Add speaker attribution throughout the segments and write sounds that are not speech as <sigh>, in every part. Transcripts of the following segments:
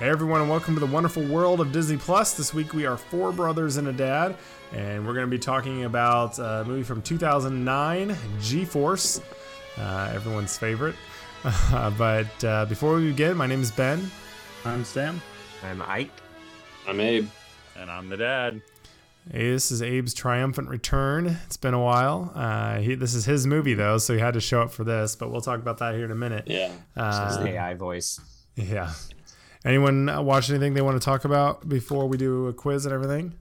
Speaker 1: everyone, and welcome to the wonderful world of Disney Plus. This week we are four brothers and a dad, and we're going to be talking about a movie from 2009, G Force, uh, everyone's favorite. Uh, but uh, before we begin, my name is Ben.
Speaker 2: I'm Sam.
Speaker 3: I'm Ike.
Speaker 4: I'm Abe.
Speaker 5: And I'm the dad.
Speaker 1: Hey, this is Abe's triumphant return. It's been a while. Uh, he, this is his movie, though, so he had to show up for this, but we'll talk about that here in a minute.
Speaker 4: Yeah.
Speaker 3: It's
Speaker 1: Uh,
Speaker 3: his AI voice.
Speaker 1: yeah. Anyone uh, watch anything they want to talk about before we do a quiz and everything?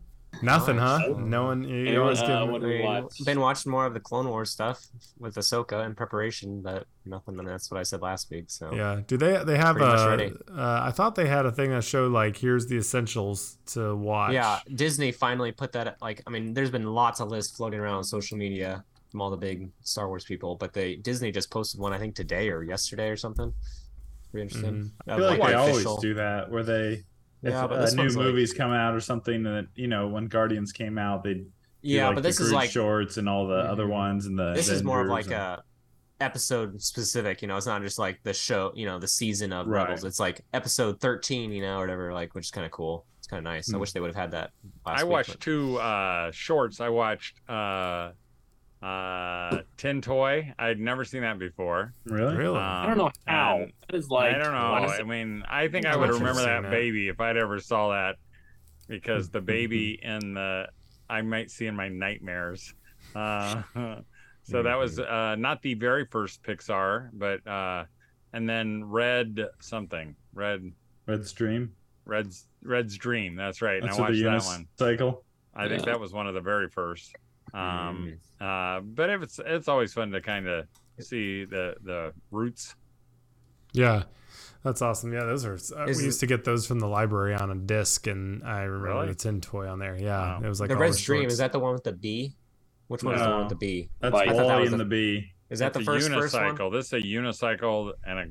Speaker 1: Nothing, huh? No one. You, you
Speaker 4: Anyone,
Speaker 1: always
Speaker 4: uh,
Speaker 1: give-
Speaker 4: what-
Speaker 3: We
Speaker 4: Watch.
Speaker 3: been watching more of the Clone Wars stuff with Ahsoka in preparation, but nothing. And that's what I said last week. So
Speaker 1: Yeah. Do they? They have
Speaker 3: Pretty much
Speaker 1: a.
Speaker 3: ready.
Speaker 1: Uh, I thought they had a thing that showed like here's the essentials to watch.
Speaker 3: Yeah, Disney finally put that. Like, I mean, there's been lots of lists floating around on social media from all the big Star Wars people, but they Disney just posted one I think today or yesterday or something. Pretty
Speaker 1: Mm-hmm.
Speaker 3: interesting.
Speaker 2: I
Speaker 3: Of,
Speaker 2: feel like
Speaker 3: the
Speaker 2: they always
Speaker 3: official-
Speaker 2: do that, where they if
Speaker 3: Yeah, but
Speaker 2: uh,
Speaker 3: this
Speaker 2: new
Speaker 3: one's like-
Speaker 2: movies come out or something, and you know when Guardians came out, they
Speaker 3: Yeah, but this is like
Speaker 2: shorts and all the other
Speaker 3: Mhm.
Speaker 2: ones and
Speaker 1: uh,
Speaker 2: the.
Speaker 3: this is more of
Speaker 2: Avengers
Speaker 3: like
Speaker 2: and-
Speaker 3: a episode specific you know it's not just like the show you know the season of
Speaker 2: Right.
Speaker 3: rebels it's like episode 13 you know or whatever like which is kind of cool it's kind of nice i
Speaker 2: Hmm.
Speaker 3: wish they would have had that last
Speaker 5: I
Speaker 3: week,
Speaker 5: watched two uh, shorts. I watched uh, uh, Tin Toy. I'd never seen that before. Um,
Speaker 2: really.
Speaker 1: Really?
Speaker 5: Uh,
Speaker 4: I don't know how.
Speaker 5: and-
Speaker 4: That is like
Speaker 5: I don't know.
Speaker 4: honestly,
Speaker 5: I mean, I think
Speaker 1: I
Speaker 5: I would
Speaker 1: should've
Speaker 5: remember
Speaker 1: seen
Speaker 5: that
Speaker 1: that.
Speaker 5: baby if I'd ever saw that, because the baby in the I might see in my nightmares. Uh, <laughs> so that was uh, not the very first Pixar, but uh, and then Red something, Red
Speaker 2: Red Stream.
Speaker 5: Red's Red's Dream. That's right. And
Speaker 2: That's with
Speaker 5: I watched
Speaker 2: the
Speaker 5: that one.
Speaker 2: unicycle.
Speaker 5: I think
Speaker 4: Yeah.
Speaker 5: that was one of the very first.
Speaker 3: but-
Speaker 1: Hmm,
Speaker 5: Um, uh, but if it's it's always fun to kind of see the the roots.
Speaker 1: Yeah. That's awesome. Yeah, those are. Uh, we
Speaker 3: Is-
Speaker 1: used to get those from the library on a disc, and I remember
Speaker 5: Really?
Speaker 1: the tin toy on there. Yeah,
Speaker 5: Wow.
Speaker 1: it was like
Speaker 3: the
Speaker 1: all
Speaker 3: red stream
Speaker 1: shorts.
Speaker 3: is that the one with the b which one is the one with
Speaker 2: No.
Speaker 3: the b
Speaker 2: That's
Speaker 4: Like- I
Speaker 3: thought that
Speaker 2: Wally
Speaker 3: was
Speaker 2: and
Speaker 3: a-
Speaker 2: the Bee.
Speaker 3: is that
Speaker 5: It's
Speaker 3: the first
Speaker 5: a
Speaker 3: first
Speaker 5: unicycle?
Speaker 3: one
Speaker 5: This is a unicycle and a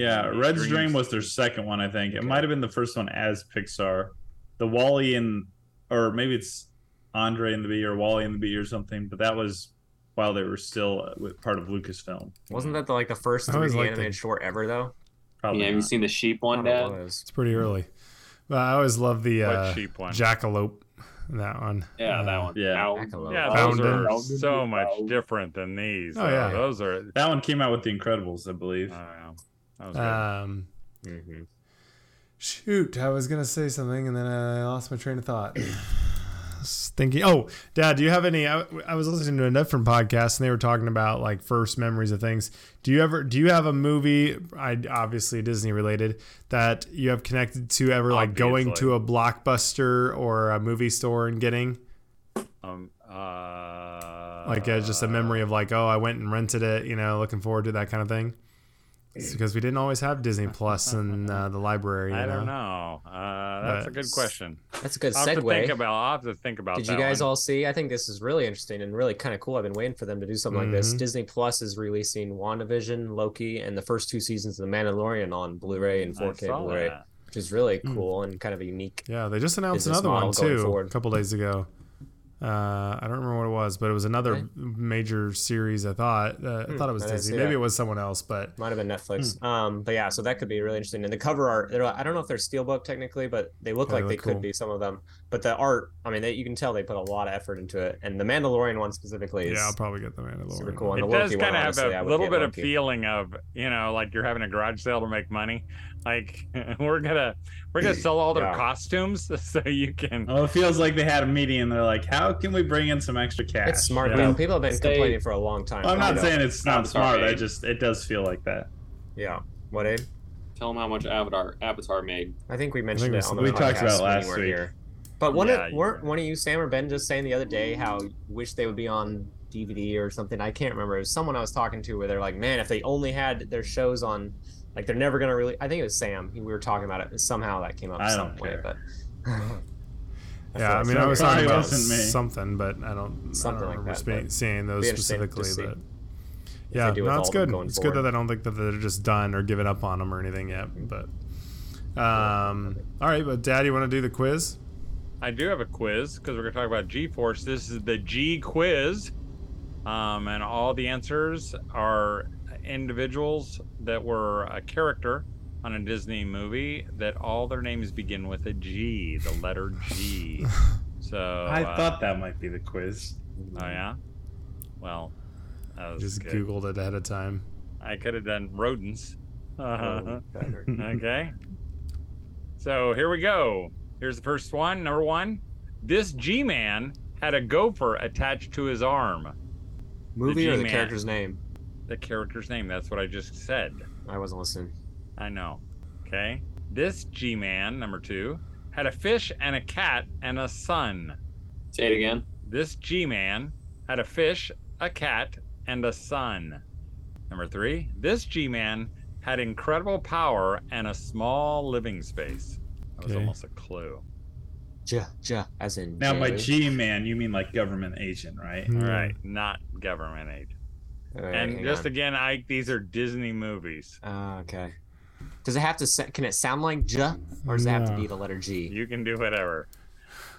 Speaker 2: Yeah,
Speaker 5: Red
Speaker 2: Red's
Speaker 5: Dreams.
Speaker 2: Dream was their second one, I think. It
Speaker 3: Okay.
Speaker 2: might have been the first one as Pixar. The Wally and, or maybe it's Andre and the Bee or Wally and the Bee or something, but that was while they were still uh, with- part of Lucasfilm.
Speaker 3: wasn't that the, like the first
Speaker 1: I always
Speaker 3: 3d
Speaker 1: liked
Speaker 3: animated
Speaker 1: it.
Speaker 3: short ever though
Speaker 2: Probably.
Speaker 4: yeah, have you seen the sheep
Speaker 3: I don't
Speaker 4: one,
Speaker 3: know what
Speaker 4: Dad?
Speaker 3: it was.
Speaker 1: It's pretty early. But I always love the
Speaker 5: what
Speaker 1: uh,
Speaker 5: sheep one.
Speaker 1: jackalope. That one.
Speaker 4: Yeah, that
Speaker 1: Uh,
Speaker 4: one.
Speaker 2: yeah.
Speaker 4: Ow.
Speaker 3: Jackalope.
Speaker 5: Mm-hmm. yeah,
Speaker 1: Found
Speaker 5: those are
Speaker 4: it.
Speaker 5: so much different than these.
Speaker 1: Oh,
Speaker 5: though.
Speaker 1: yeah.
Speaker 5: those are.
Speaker 2: that one came out with The Incredibles, I believe.
Speaker 5: I don't know. That was good.
Speaker 3: Uh,
Speaker 1: Um,
Speaker 3: Mhm.
Speaker 1: shoot, I was gonna say something and then I lost my train of <clears throat> thought. I was Thinking, oh, Dad, do you have any? I, I was listening to a different podcast and they were talking about like first memories of things. Do you ever? Do you have a movie? I obviously Disney related that you have connected to ever like going
Speaker 5: Obviously.
Speaker 1: to a blockbuster or a movie store and getting
Speaker 5: um, uh,
Speaker 1: like uh, just a memory of like oh I went and rented it you know looking forward to that kind of thing. It's because we didn't always have Disney Plus in uh, the library. You
Speaker 5: I don't
Speaker 1: know?
Speaker 5: know. Uh, that's a good
Speaker 1: That's-
Speaker 5: question.
Speaker 3: that's a good
Speaker 5: I'll have to think
Speaker 3: segue
Speaker 5: about. I'll have to think about.
Speaker 3: Did you
Speaker 5: that
Speaker 3: guys
Speaker 5: one.
Speaker 3: all see? I think this is really interesting and really kind of cool. I've been waiting for them to do something like this.
Speaker 1: Mhm.
Speaker 3: Disney Plus is releasing WandaVision, Loki, and the first two seasons of The Mandalorian on Blu-ray and
Speaker 5: I
Speaker 3: 4K
Speaker 5: saw
Speaker 3: Blu-ray,
Speaker 5: that.
Speaker 3: which is really
Speaker 1: Mm.
Speaker 3: cool and kind of a unique.
Speaker 1: Yeah, they just announced
Speaker 3: business
Speaker 1: another one
Speaker 3: model going
Speaker 1: too
Speaker 3: forward.
Speaker 1: a couple days ago. Uh, I don't remember what it was, but it was another
Speaker 3: Okay.
Speaker 1: major series. I thought uh, I
Speaker 3: Hmm,
Speaker 1: thought it was
Speaker 3: I didn't
Speaker 1: Disney.
Speaker 3: see
Speaker 1: Maybe
Speaker 3: that.
Speaker 1: it was someone else, but
Speaker 3: Might have been Netflix,
Speaker 1: Hmm.
Speaker 3: um, but yeah. So that could be really interesting. And the cover art, they're- I don't know if they're steelbook technically, but they look
Speaker 1: Yeah,
Speaker 3: like
Speaker 1: they
Speaker 3: they
Speaker 1: look cool.
Speaker 3: could be some of them. But the art, I mean, they, you can tell they put a lot of effort into it. And the Mandalorian one specifically is
Speaker 1: yeah, I'll probably get the Mandalorian.
Speaker 3: super cool.
Speaker 1: one.
Speaker 3: And
Speaker 5: it
Speaker 3: the
Speaker 5: does
Speaker 3: Loki one,
Speaker 5: kind of have
Speaker 3: honestly, I
Speaker 5: a
Speaker 3: would
Speaker 5: little
Speaker 3: get
Speaker 5: bit of
Speaker 3: Loki.
Speaker 5: feeling of you know like you're having a garage sale to make money like <laughs> we're gonna we're gonna sell all their
Speaker 3: Yeah.
Speaker 5: costumes <laughs> so you can
Speaker 2: Well, Oh, it feels like they had a meeting and they're like, how can we bring in some extra cash?
Speaker 3: It's smart
Speaker 2: Yeah.
Speaker 3: though. People have been
Speaker 4: Stay-
Speaker 3: complaining for a long time.
Speaker 2: Well, I'm
Speaker 3: about
Speaker 2: not
Speaker 3: it.
Speaker 2: saying it's
Speaker 4: I'm
Speaker 2: not
Speaker 4: sorry.
Speaker 2: smart. I just, it does feel like that.
Speaker 3: Yeah. What Abe?
Speaker 4: Tell them how much Avatar Avatar made.
Speaker 3: I think we mentioned
Speaker 1: we
Speaker 3: it
Speaker 1: s-
Speaker 3: on the
Speaker 2: we talked
Speaker 3: podcast
Speaker 2: about it
Speaker 3: when you
Speaker 2: last
Speaker 3: weren't
Speaker 2: week.
Speaker 3: here. But one
Speaker 5: Yeah,
Speaker 3: of,
Speaker 5: you
Speaker 3: weren't
Speaker 5: were.
Speaker 3: one of you, Sam or Ben, just saying the other day how you wish they would be on DVD or something? I can't remember. It was someone I was talking to where they're like, man, if they only had their shows on, like they're never gonna really. I think it was Sam. We were talking about it. Somehow that came up
Speaker 2: I
Speaker 3: some
Speaker 2: don't
Speaker 3: way,
Speaker 2: care.
Speaker 3: but
Speaker 1: Yeah, I mean,
Speaker 3: feel like
Speaker 1: I
Speaker 2: it
Speaker 1: was talking
Speaker 2: probably
Speaker 1: about
Speaker 3: <laughs>
Speaker 2: wasn't me.
Speaker 1: something, but I don't,
Speaker 3: Something
Speaker 1: I
Speaker 3: like
Speaker 1: don't remember
Speaker 3: that,
Speaker 1: spe-
Speaker 3: but
Speaker 1: seeing those
Speaker 3: be interesting to
Speaker 1: specifically.
Speaker 3: see
Speaker 1: But
Speaker 3: if they
Speaker 1: yeah,
Speaker 3: do with
Speaker 1: no, it's
Speaker 3: all of them
Speaker 1: good.
Speaker 3: going
Speaker 1: It's good
Speaker 3: forward. Hmm.
Speaker 1: that I don't think that they're just done or giving up on them or anything yet. But um, all right, but Dad, you want to do the quiz?
Speaker 5: i do have a quiz because we're gonna talk about g-force this is the g quiz um, and all the answers are individuals that were a character on a Disney movie that all their names begin with a G, the letter
Speaker 2: <laughs>
Speaker 5: G. So
Speaker 2: I
Speaker 5: uh,
Speaker 2: thought that might be the quiz.
Speaker 5: Oh yeah. Well, that was
Speaker 1: Just
Speaker 5: good.
Speaker 1: Googled it ahead of time.
Speaker 5: I could have done rodents.
Speaker 3: <laughs> Oh,
Speaker 5: <laughs> Uh,
Speaker 3: Better.
Speaker 5: okay. So here we go. Here's the first one. Number one. This G-man had a gopher attached to his arm.
Speaker 3: Movie or the
Speaker 5: G-Man.
Speaker 3: character's name?
Speaker 5: The character's name. That's what I just said.
Speaker 3: I wasn't listening.
Speaker 5: I know. Okay. This G-man, number two, had a fish and a cat and a son.
Speaker 4: Say it again.
Speaker 5: This G man had a fish, a cat, and a son. Number three, this G man had incredible power and a small living space. That was
Speaker 1: Okay.
Speaker 5: almost a clue.
Speaker 3: Ja, ja, as in.
Speaker 2: Now, by
Speaker 3: Jay.
Speaker 2: G man, you mean like government agent, right?
Speaker 5: All
Speaker 1: Hmm.
Speaker 5: right, not government aid.
Speaker 3: All right,
Speaker 5: and
Speaker 3: Uh, hang
Speaker 5: just
Speaker 3: on.
Speaker 5: again, Ike, these are Disney movies.
Speaker 3: Ah, okay. Does it have to? sa- Can it sound like ja, or does it have to
Speaker 1: No.
Speaker 3: be the letter G?
Speaker 5: You can do whatever.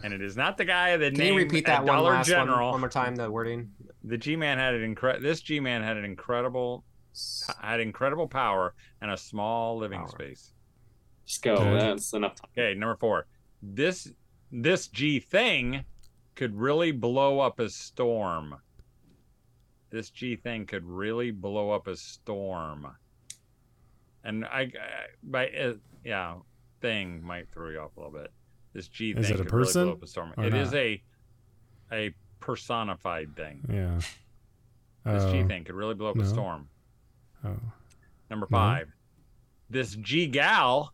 Speaker 5: And it is not the guy that
Speaker 3: Can
Speaker 5: named
Speaker 3: you repeat that
Speaker 5: at
Speaker 3: one
Speaker 5: Dollar
Speaker 3: last one,
Speaker 5: General.
Speaker 3: one more time? The wording.
Speaker 5: The G man had an incre- This G man had an incredible had incredible power and a small living
Speaker 3: Power.
Speaker 5: space.
Speaker 4: Just go.
Speaker 1: Okay.
Speaker 4: That's enough time.
Speaker 5: Okay, number four. This this G thing could really blow up a storm. This G thing could really blow up a storm. And I, I by uh, yeah, thing might throw you off a little bit. This G
Speaker 1: Is
Speaker 5: thing
Speaker 1: it a
Speaker 5: could
Speaker 1: person
Speaker 5: really blow up a storm.
Speaker 1: or
Speaker 5: It is
Speaker 1: not?
Speaker 5: a a personified thing.
Speaker 1: <laughs> Yeah.
Speaker 5: This
Speaker 1: oh.
Speaker 5: G thing could really blow up
Speaker 1: no.
Speaker 5: a storm.
Speaker 1: Oh.
Speaker 5: Number
Speaker 1: No.
Speaker 5: five. This G gal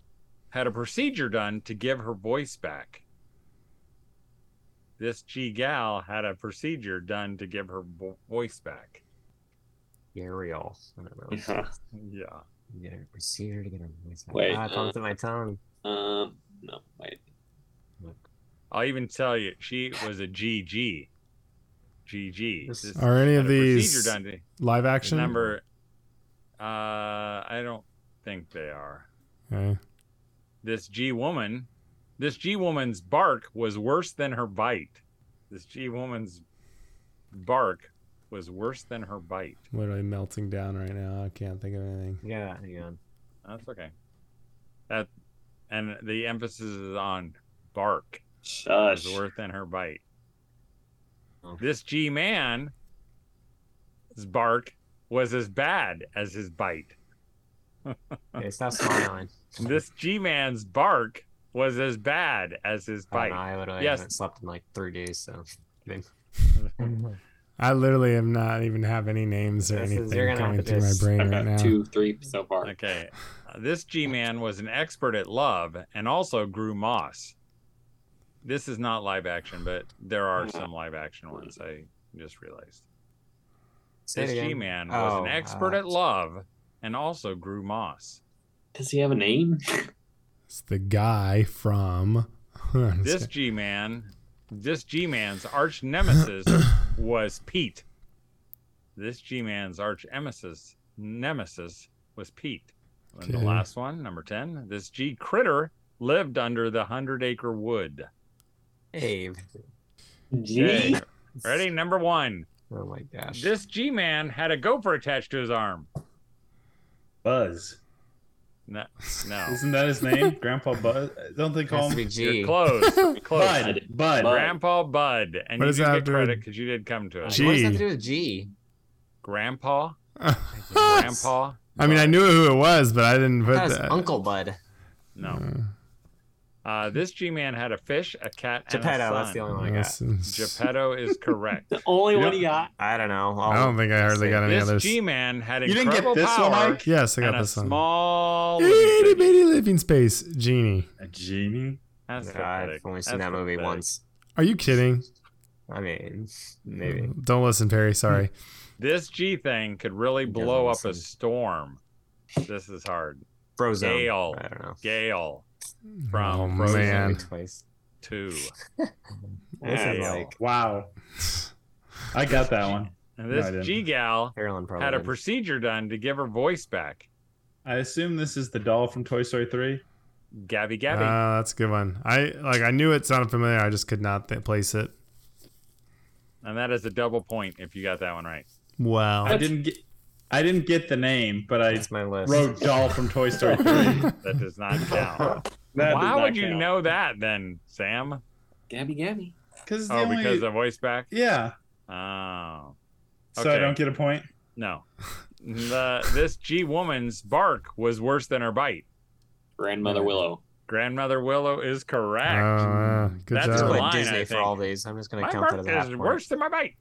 Speaker 5: had a procedure done to give her voice back. This G gal had a procedure done to give her vo- voice back.
Speaker 3: Ariel. I don't know.
Speaker 4: Yeah.
Speaker 5: Yeah.
Speaker 3: Yeah, receiver to get her voice out.
Speaker 4: Wait,
Speaker 3: Ah, it
Speaker 4: uh,
Speaker 3: comes to my tongue.
Speaker 4: Um. No. Wait.
Speaker 5: I'll even tell you, she was a GG. GG.
Speaker 3: This-
Speaker 5: This
Speaker 1: Are any
Speaker 5: had
Speaker 1: of
Speaker 5: a
Speaker 1: these
Speaker 5: Procedure done to
Speaker 1: live action?
Speaker 5: number. Uh, I don't think they are.
Speaker 1: Okay.
Speaker 5: this G woman, this G woman's bark was worse than her bite. This G woman's bark was worse than her bite.
Speaker 1: Literally melting down right now. I can't think of anything.
Speaker 3: Yeah, hang on.
Speaker 5: That's okay. That and the emphasis is on bark
Speaker 4: Shush.
Speaker 5: was worse than her bite.
Speaker 3: Oh.
Speaker 5: This G man's bark was as bad as his bite.
Speaker 3: Okay, stop smiling.
Speaker 5: This G man's bark was as bad as his
Speaker 3: I, don't know,
Speaker 5: bite.
Speaker 3: I literally
Speaker 5: Yes.
Speaker 3: haven't slept in like three days, so.
Speaker 5: <laughs>
Speaker 1: I literally am not even have any names or
Speaker 3: This is-
Speaker 1: anything
Speaker 3: you're gonna
Speaker 1: coming
Speaker 3: have to
Speaker 1: through my
Speaker 3: just-
Speaker 1: brain
Speaker 3: <laughs>
Speaker 4: I've
Speaker 1: right
Speaker 4: got
Speaker 1: now.
Speaker 4: two, three so far.
Speaker 5: Okay. Uh, This G Man was an expert at love and also grew moss. This is not live action, but there are some live action ones. I just realized.
Speaker 3: Say it
Speaker 5: This
Speaker 3: again.
Speaker 5: G Man was
Speaker 3: Oh,
Speaker 5: an expert
Speaker 3: uh,
Speaker 5: at love and also grew moss.
Speaker 4: Does he have a name? <laughs>
Speaker 1: It's the guy from. <laughs> I'm just
Speaker 5: This G Man, this G Man's arch
Speaker 3: <coughs>
Speaker 5: nemesis was Pete. This G Man's arch nemesis nemesis was Pete. And the
Speaker 1: Okay.
Speaker 5: last one, number ten, this G critter lived under the hundred acre wood.
Speaker 3: Abe.
Speaker 4: G.
Speaker 5: Okay. Ready? Number one.
Speaker 3: Oh my gosh.
Speaker 5: This G man had a gopher attached to his arm.
Speaker 2: Buzz.
Speaker 5: No. no.
Speaker 2: Isn't that his name? Grandpa Buzz? Don't they
Speaker 3: It has
Speaker 2: call
Speaker 3: to be
Speaker 2: him
Speaker 5: You're
Speaker 3: G.
Speaker 5: close.
Speaker 3: <laughs>
Speaker 5: close.
Speaker 2: Bud? Bud.
Speaker 4: Bud.
Speaker 5: Grandpa Bud. And
Speaker 1: What
Speaker 5: you
Speaker 1: does that
Speaker 5: did get
Speaker 1: have to-
Speaker 5: credit because you did come to us.
Speaker 1: G.
Speaker 3: What does that have to do with G?
Speaker 5: Grandpa?
Speaker 1: kidding. <laughs>
Speaker 5: Grandpa?
Speaker 1: I mean, I knew who it was, but I didn't put
Speaker 3: That was
Speaker 1: that.
Speaker 3: Uncle Bud.
Speaker 2: Mm.
Speaker 5: No. Uh, this G man had a fish, a cat, and a
Speaker 3: Geppetto.
Speaker 5: son.
Speaker 3: That's the only one I got. <laughs>
Speaker 5: Geppetto is correct.
Speaker 4: The only
Speaker 2: You
Speaker 4: one
Speaker 2: don't-
Speaker 4: he got.
Speaker 3: I don't
Speaker 1: <laughs>
Speaker 3: know.
Speaker 1: I don't think I hardly got any
Speaker 5: this
Speaker 1: others.
Speaker 5: G man had
Speaker 2: You didn't get
Speaker 5: incredible
Speaker 2: this
Speaker 5: power
Speaker 2: one, Mike?
Speaker 1: yes, I
Speaker 5: and
Speaker 1: got
Speaker 5: a
Speaker 1: this one.
Speaker 5: small.
Speaker 1: Itty bitty living space, genie.
Speaker 2: A genie?
Speaker 5: That's
Speaker 3: I've
Speaker 5: pathetic.
Speaker 3: only seen
Speaker 5: That's
Speaker 3: that movie
Speaker 5: pathetic.
Speaker 3: once.
Speaker 1: Are you kidding?
Speaker 3: I mean, maybe.
Speaker 1: Don't listen, Perry. Sorry.
Speaker 5: This G thing could really
Speaker 3: Doesn't
Speaker 5: blow up
Speaker 3: listen.
Speaker 5: a storm. This is hard.
Speaker 3: Frozone.
Speaker 5: Gale.
Speaker 3: I don't know.
Speaker 5: Gale From
Speaker 1: Oh
Speaker 5: Frozen.
Speaker 1: man,
Speaker 3: Twice.
Speaker 5: two.
Speaker 3: This is
Speaker 5: Gale.
Speaker 3: like
Speaker 2: Wow. I got
Speaker 5: <laughs>
Speaker 2: that one.
Speaker 5: And
Speaker 2: No, I
Speaker 5: this
Speaker 2: didn't.
Speaker 5: G gal
Speaker 3: Carolyn probably.
Speaker 5: had a
Speaker 3: did.
Speaker 5: procedure done to give her voice back.
Speaker 2: I assume this is the doll from Toy Story 3.
Speaker 5: Gabby
Speaker 1: uh,
Speaker 5: Gabby.
Speaker 1: that's a good one. I like. I knew it sounded familiar. I just could not th- place it.
Speaker 5: and that is a double point if you got that one right.
Speaker 1: Wow.
Speaker 2: I didn't get I didn't get the name, but I
Speaker 3: That's my list.
Speaker 2: wrote doll from Toy Story 3.
Speaker 1: <laughs>
Speaker 2: That
Speaker 5: That
Speaker 2: <laughs>
Speaker 5: does not count.
Speaker 2: does
Speaker 5: Why
Speaker 2: not
Speaker 5: would you
Speaker 2: count.
Speaker 5: know that then, Sam?
Speaker 4: Gabby Gabby.
Speaker 2: Because
Speaker 5: Oh, because the voice back.
Speaker 2: yeah.
Speaker 5: Oh,
Speaker 2: So I
Speaker 5: Okay.
Speaker 2: don't get a point.
Speaker 5: no. The this G woman's bark was worse than her bite.
Speaker 4: Grandmother Willow.
Speaker 5: Grandmother Willow is
Speaker 1: Oh,
Speaker 5: correct.
Speaker 1: yeah. Good
Speaker 5: That's
Speaker 3: I'm just
Speaker 1: job.
Speaker 5: what-
Speaker 3: going
Speaker 5: Line,
Speaker 3: Disney
Speaker 5: I
Speaker 3: for
Speaker 5: think.
Speaker 3: all these. I'm just going to
Speaker 5: my
Speaker 3: count that as
Speaker 5: bark
Speaker 3: a half
Speaker 5: is
Speaker 3: point.
Speaker 5: worse than my bite.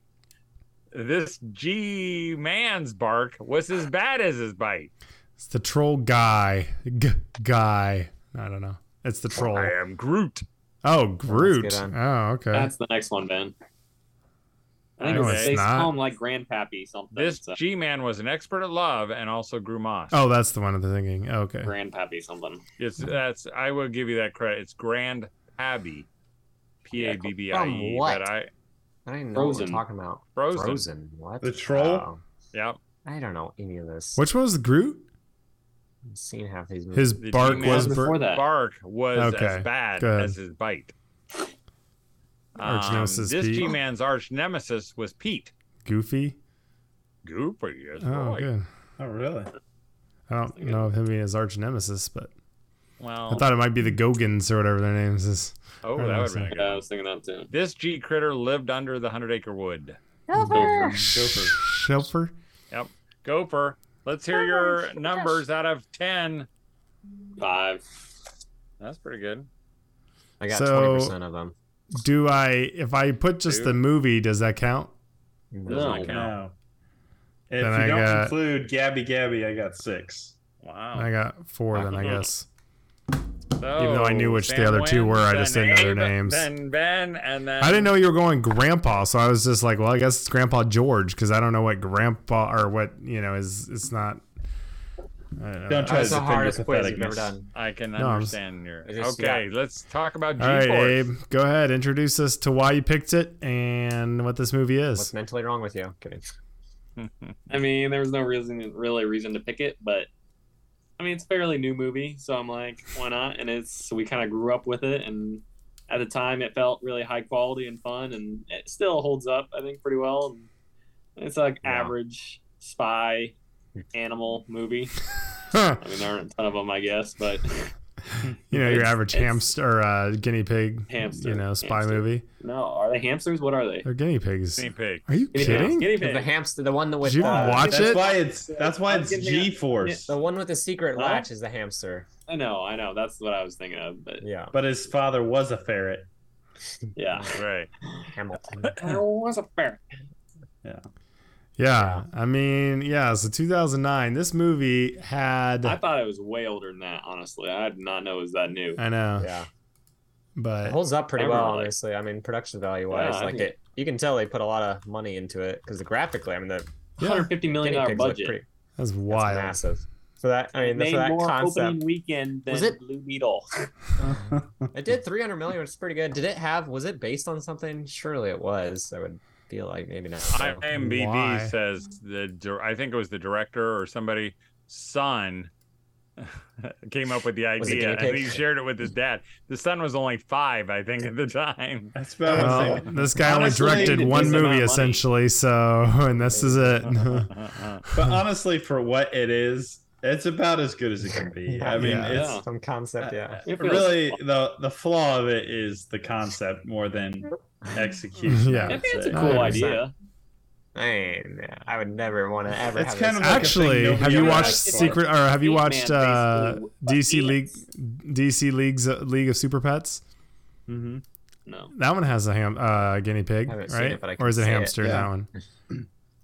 Speaker 5: This G man's bark was as bad as his bite.
Speaker 1: It's the troll guy. G- guy. I don't know. It's the troll.
Speaker 5: I am Groot.
Speaker 1: Oh, Groot.
Speaker 3: Let's get
Speaker 1: Oh, okay.
Speaker 4: That's the next one, Ben. I think
Speaker 5: No,
Speaker 4: it's,
Speaker 5: it's
Speaker 4: they
Speaker 1: not.
Speaker 4: call him like Grandpappy something.
Speaker 5: This
Speaker 4: so-
Speaker 5: G man was an expert at love and also grew moss.
Speaker 1: oh, that's the one I'm thinking. Okay.
Speaker 4: Grandpappy something.
Speaker 5: It's that's I will give you that credit. It's Grand Abbey, P A B B I
Speaker 3: From
Speaker 5: E.
Speaker 3: what?
Speaker 5: But I
Speaker 3: I don't even know what we're
Speaker 4: Frozen.
Speaker 3: talking about.
Speaker 5: frozen.
Speaker 3: Frozen. What?
Speaker 2: The troll?
Speaker 3: Oh,
Speaker 5: Yep.
Speaker 3: I don't know any of this.
Speaker 1: Which one was Groot?
Speaker 3: I've seen half these movies.
Speaker 1: His
Speaker 5: The
Speaker 1: bark
Speaker 5: G-Man.
Speaker 1: was.
Speaker 4: Before
Speaker 1: Bur-
Speaker 4: that.
Speaker 5: Bark was
Speaker 1: Okay,
Speaker 5: as bad
Speaker 1: good.
Speaker 5: as his bite.
Speaker 1: Arch
Speaker 5: Um,
Speaker 1: nemesis
Speaker 5: this
Speaker 1: Pete.
Speaker 5: G man's arch nemesis was Pete.
Speaker 1: Goofy.
Speaker 5: Goopy. Yes,
Speaker 1: Oh,
Speaker 5: right.
Speaker 1: good.
Speaker 2: Oh, really?
Speaker 1: I don't
Speaker 4: That's good.
Speaker 1: know of him being his arch nemesis, but
Speaker 5: Well,
Speaker 1: I thought it might be the Gogans or whatever their names is.
Speaker 5: oh,
Speaker 1: I
Speaker 5: that would
Speaker 1: don't
Speaker 5: have been
Speaker 1: think
Speaker 5: a good.
Speaker 4: Yeah, I was thinking that too.
Speaker 5: This G critter lived under the hundred acre wood.
Speaker 4: Gopher.
Speaker 2: Gopher.
Speaker 1: Shelfer.
Speaker 5: Gopher, let's hear your numbers out of ten.
Speaker 4: Five.
Speaker 5: That's pretty good.
Speaker 3: I got
Speaker 1: So-
Speaker 3: 20% of them.
Speaker 1: Do I? If I put just
Speaker 5: Two.
Speaker 1: the movie, does that count?
Speaker 5: Does
Speaker 4: No.
Speaker 5: not count.
Speaker 2: No. If
Speaker 1: Then
Speaker 2: you
Speaker 1: I
Speaker 2: don't
Speaker 1: got-
Speaker 2: include Gabby Gabby, I got six.
Speaker 4: Oh.
Speaker 5: Wow.
Speaker 1: I got four. Then I guess.
Speaker 5: Even
Speaker 1: though I knew which the other two were, I just didn't know their names.
Speaker 5: Then Ben, and then
Speaker 1: I didn't know you were going grandpa, so I was just like, well, I guess it's Grandpa George because I don't know what grandpa or what you know is. It's not. I don't know.
Speaker 2: Don't try to
Speaker 3: That's the
Speaker 2: defend your
Speaker 3: hardest quiz you've ever
Speaker 2: patheticness.
Speaker 3: done.
Speaker 5: I can
Speaker 1: No, I'm just-
Speaker 5: understand your.
Speaker 3: I just-
Speaker 5: okay, let's talk about G
Speaker 1: All right,
Speaker 5: Force.
Speaker 1: Abe, go ahead. Introduce us to why you picked it and what this movie
Speaker 3: What's
Speaker 1: is.
Speaker 3: mentally wrong with you? I'm kidding.
Speaker 5: <laughs>
Speaker 4: I mean, there was no reason, really reason to pick it, but I mean, it's a fairly new movie, so I'm like, why not? And it's we kind of grew up with it, and at the time, it felt really high quality and fun, and it still holds up, I think, pretty well. And it's like
Speaker 5: Yeah.
Speaker 4: average spy animal movie.
Speaker 1: Huh.
Speaker 4: I mean, there aren't a ton of them, I guess, but <laughs>
Speaker 1: You know, your
Speaker 4: It's-
Speaker 1: average
Speaker 4: it's-
Speaker 1: hamster or uh, guinea pig,
Speaker 4: Hamster,
Speaker 1: you know, spy
Speaker 4: hamster.
Speaker 1: movie.
Speaker 4: no, are they hamsters? What are they?
Speaker 1: They're guinea pigs.
Speaker 5: Guinea pig.
Speaker 1: Are you
Speaker 4: Guinea pigs,
Speaker 1: kidding?
Speaker 4: guinea
Speaker 3: The
Speaker 4: pigs.
Speaker 3: hamster, the one that with
Speaker 1: Did you
Speaker 3: the,
Speaker 1: watch
Speaker 2: Uh, that's
Speaker 1: it?
Speaker 2: why it's that's why it's
Speaker 4: I'm getting it.
Speaker 2: G Force.
Speaker 3: the one with the secret
Speaker 4: Huh?
Speaker 3: latch is the hamster.
Speaker 4: I know, I know. That's what I was thinking of, but
Speaker 3: Yeah,
Speaker 2: But his father was a ferret.
Speaker 4: yeah.
Speaker 1: <laughs>
Speaker 5: Right.
Speaker 3: Hamilton.
Speaker 4: <laughs> was a fair.
Speaker 1: Yeah. I mean, yeah. So 2009, this movie had.
Speaker 4: I
Speaker 1: I,
Speaker 4: thought it was way older than that, honestly. I did not know it was that new.
Speaker 1: know,
Speaker 3: Yeah, it
Speaker 1: but
Speaker 3: holds up pretty
Speaker 4: I
Speaker 3: well,
Speaker 4: really like-
Speaker 3: honestly. I mean, production value wise,
Speaker 4: Yeah, I
Speaker 3: like
Speaker 4: think-
Speaker 3: it, you can tell they put a lot of money into it because the graphically, I mean, the
Speaker 1: yeah,
Speaker 4: 150 million
Speaker 3: guinea
Speaker 4: dollar
Speaker 3: pigs look
Speaker 4: budget.
Speaker 3: pretty
Speaker 1: that's
Speaker 3: that's
Speaker 1: wild.
Speaker 3: massive. So that I mean,
Speaker 4: Made
Speaker 3: for that
Speaker 4: more
Speaker 3: concept,
Speaker 4: <laughs> opening weekend than
Speaker 3: Was it-
Speaker 4: Blue Beetle.
Speaker 3: it did 300 million, which is pretty good. Did it have? Was it based on something? Surely it was. I would feel like maybe not. so.
Speaker 5: IMDb
Speaker 1: Why?
Speaker 5: says the dir- I think it was the director or somebody son <laughs> came up with the
Speaker 3: Was it
Speaker 5: idea
Speaker 3: guinea
Speaker 5: and he
Speaker 3: pig?
Speaker 5: shared it with his dad. The son was only five, I think, at the time.
Speaker 2: That's about what I'm
Speaker 1: Well,
Speaker 2: saying.
Speaker 1: this guy only
Speaker 2: Honestly,
Speaker 1: directed
Speaker 4: it
Speaker 1: one
Speaker 4: is about
Speaker 1: movie
Speaker 4: money.
Speaker 1: essentially, so <laughs> and this is <laughs>
Speaker 3: <laughs>
Speaker 4: <laughs>
Speaker 1: it.
Speaker 2: But honestly, for what it is, it's about as good as it can be. I mean,
Speaker 1: Yeah.
Speaker 2: it's
Speaker 3: some concept, yeah.
Speaker 4: It feels-
Speaker 2: really the the flaw of it is the concept more than execution.
Speaker 1: Yeah.
Speaker 2: I
Speaker 4: I
Speaker 2: would
Speaker 4: mean, it's
Speaker 2: say.
Speaker 4: a cool
Speaker 1: 100%.
Speaker 4: idea.
Speaker 3: Man, I would never want to ever.
Speaker 2: It's
Speaker 3: have
Speaker 2: kind
Speaker 3: this-
Speaker 2: of like a thing
Speaker 1: Actually,
Speaker 2: nobody
Speaker 1: have you
Speaker 2: ever
Speaker 1: watched
Speaker 2: asked for.
Speaker 1: Secret or have you
Speaker 4: Ant-Man
Speaker 1: watched uh,
Speaker 4: basically was
Speaker 1: DC
Speaker 4: ants.
Speaker 1: League DC League's uh, League of Super Pets?
Speaker 2: Mhm.
Speaker 4: No.
Speaker 1: That one has a ham uh, guinea pig,
Speaker 3: I haven't seen
Speaker 1: right?
Speaker 3: it, but I
Speaker 1: or is
Speaker 3: can
Speaker 1: it
Speaker 3: say it.
Speaker 1: hamster?
Speaker 2: Yeah.
Speaker 1: That one.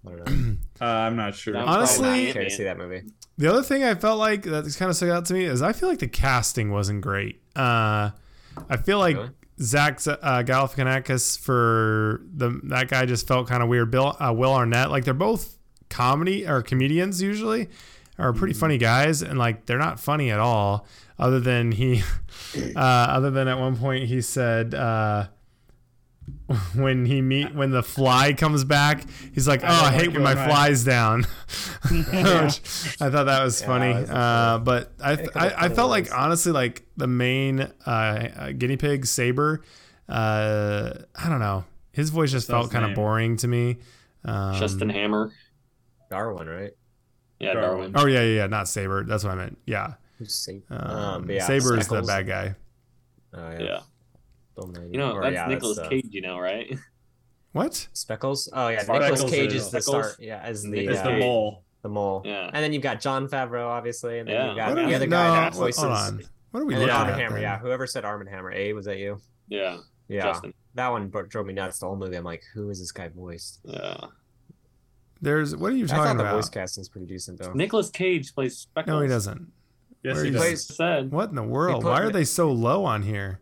Speaker 3: I don't know.
Speaker 2: Uh, I'm not sure.
Speaker 4: No.
Speaker 1: Honestly-
Speaker 3: Probably not care to see that movie.
Speaker 1: The other thing I felt like that kind of stuck out to me is I feel like the casting wasn't great. Uh, I feel like
Speaker 3: Really?
Speaker 1: Zach Z- uh, Galifianakis for the that guy just felt kind of weird. Bill uh, Will Arnett, like they're both comedy or comedians usually, are pretty
Speaker 3: Mm-hmm.
Speaker 1: funny guys, and like they're not funny at all. Other than he, <laughs> uh, other than at one point he said. Uh, <laughs> when he meet when the fly comes back, he's like, "Oh,
Speaker 2: don't
Speaker 1: I
Speaker 2: like
Speaker 1: hate when
Speaker 2: your
Speaker 1: my
Speaker 2: mind."
Speaker 1: fly's down." <laughs>
Speaker 3: <laughs>
Speaker 1: Which I thought that was
Speaker 3: Yeah,
Speaker 1: funny,
Speaker 3: that was
Speaker 1: uh, but I
Speaker 3: It could've
Speaker 1: I, I
Speaker 3: been
Speaker 1: felt like
Speaker 3: worse.
Speaker 1: honestly like the main uh, uh, guinea pig Saber. Uh, I don't know, his voice just
Speaker 2: That's
Speaker 1: felt
Speaker 2: his
Speaker 1: kind of
Speaker 2: name.
Speaker 1: boring to me. Um,
Speaker 4: Justin Hammer.
Speaker 3: Darwin, right?
Speaker 4: Yeah,
Speaker 2: Darwin.
Speaker 4: Darwin.
Speaker 1: Oh yeah, yeah, yeah, not Saber. That's what I meant. Yeah.
Speaker 3: Who's Sa-
Speaker 1: Um,
Speaker 3: Um, yeah,
Speaker 1: Saber is the
Speaker 3: Speckles.
Speaker 1: bad guy.
Speaker 3: Oh,
Speaker 4: Yeah.
Speaker 3: yeah. Dominating.
Speaker 4: You know,
Speaker 3: Or,
Speaker 4: that's
Speaker 3: yeah,
Speaker 4: Nicolas
Speaker 3: uh,
Speaker 4: Cage, you know, right? <laughs>
Speaker 1: What?
Speaker 3: Speckles. Oh yeah,
Speaker 4: Speckles
Speaker 3: Nicolas Cage
Speaker 2: is-
Speaker 3: is the
Speaker 4: Speckles
Speaker 3: start. Yeah, as the
Speaker 4: is
Speaker 2: It's
Speaker 3: uh,
Speaker 2: the
Speaker 4: Yeah.
Speaker 2: mole.
Speaker 3: the mole.
Speaker 4: Yeah.
Speaker 3: And then you've got John Favreau, obviously, and then
Speaker 4: Yeah.
Speaker 3: you've got
Speaker 1: What
Speaker 4: What
Speaker 1: are
Speaker 3: the
Speaker 1: we-
Speaker 3: other
Speaker 1: no,
Speaker 3: guy that
Speaker 1: what-
Speaker 3: voices.
Speaker 1: hold on. What are we
Speaker 3: And
Speaker 1: looking
Speaker 3: then
Speaker 2: Yeah.
Speaker 3: Arm
Speaker 1: at?
Speaker 3: and Hammer,
Speaker 1: then?
Speaker 3: yeah. Whoever said Arm and Hammer, Abe, was that you?
Speaker 4: Yeah.
Speaker 3: Yeah,
Speaker 4: Justin.
Speaker 3: that one bro- drove me nuts. The whole movie, I'm like, who is this guy voiced?
Speaker 4: Yeah.
Speaker 1: There's what are you
Speaker 3: I thought
Speaker 1: talking
Speaker 3: the voice
Speaker 1: about?
Speaker 3: casting's pretty decent though.
Speaker 4: Nicolas Cage plays Speckles.
Speaker 1: No, he doesn't.
Speaker 2: Yes,
Speaker 1: Where
Speaker 2: he
Speaker 1: he
Speaker 2: does.
Speaker 3: plays-
Speaker 4: Said.
Speaker 1: What in the world?
Speaker 3: put
Speaker 1: Why
Speaker 3: Ni-
Speaker 1: are they so low on here?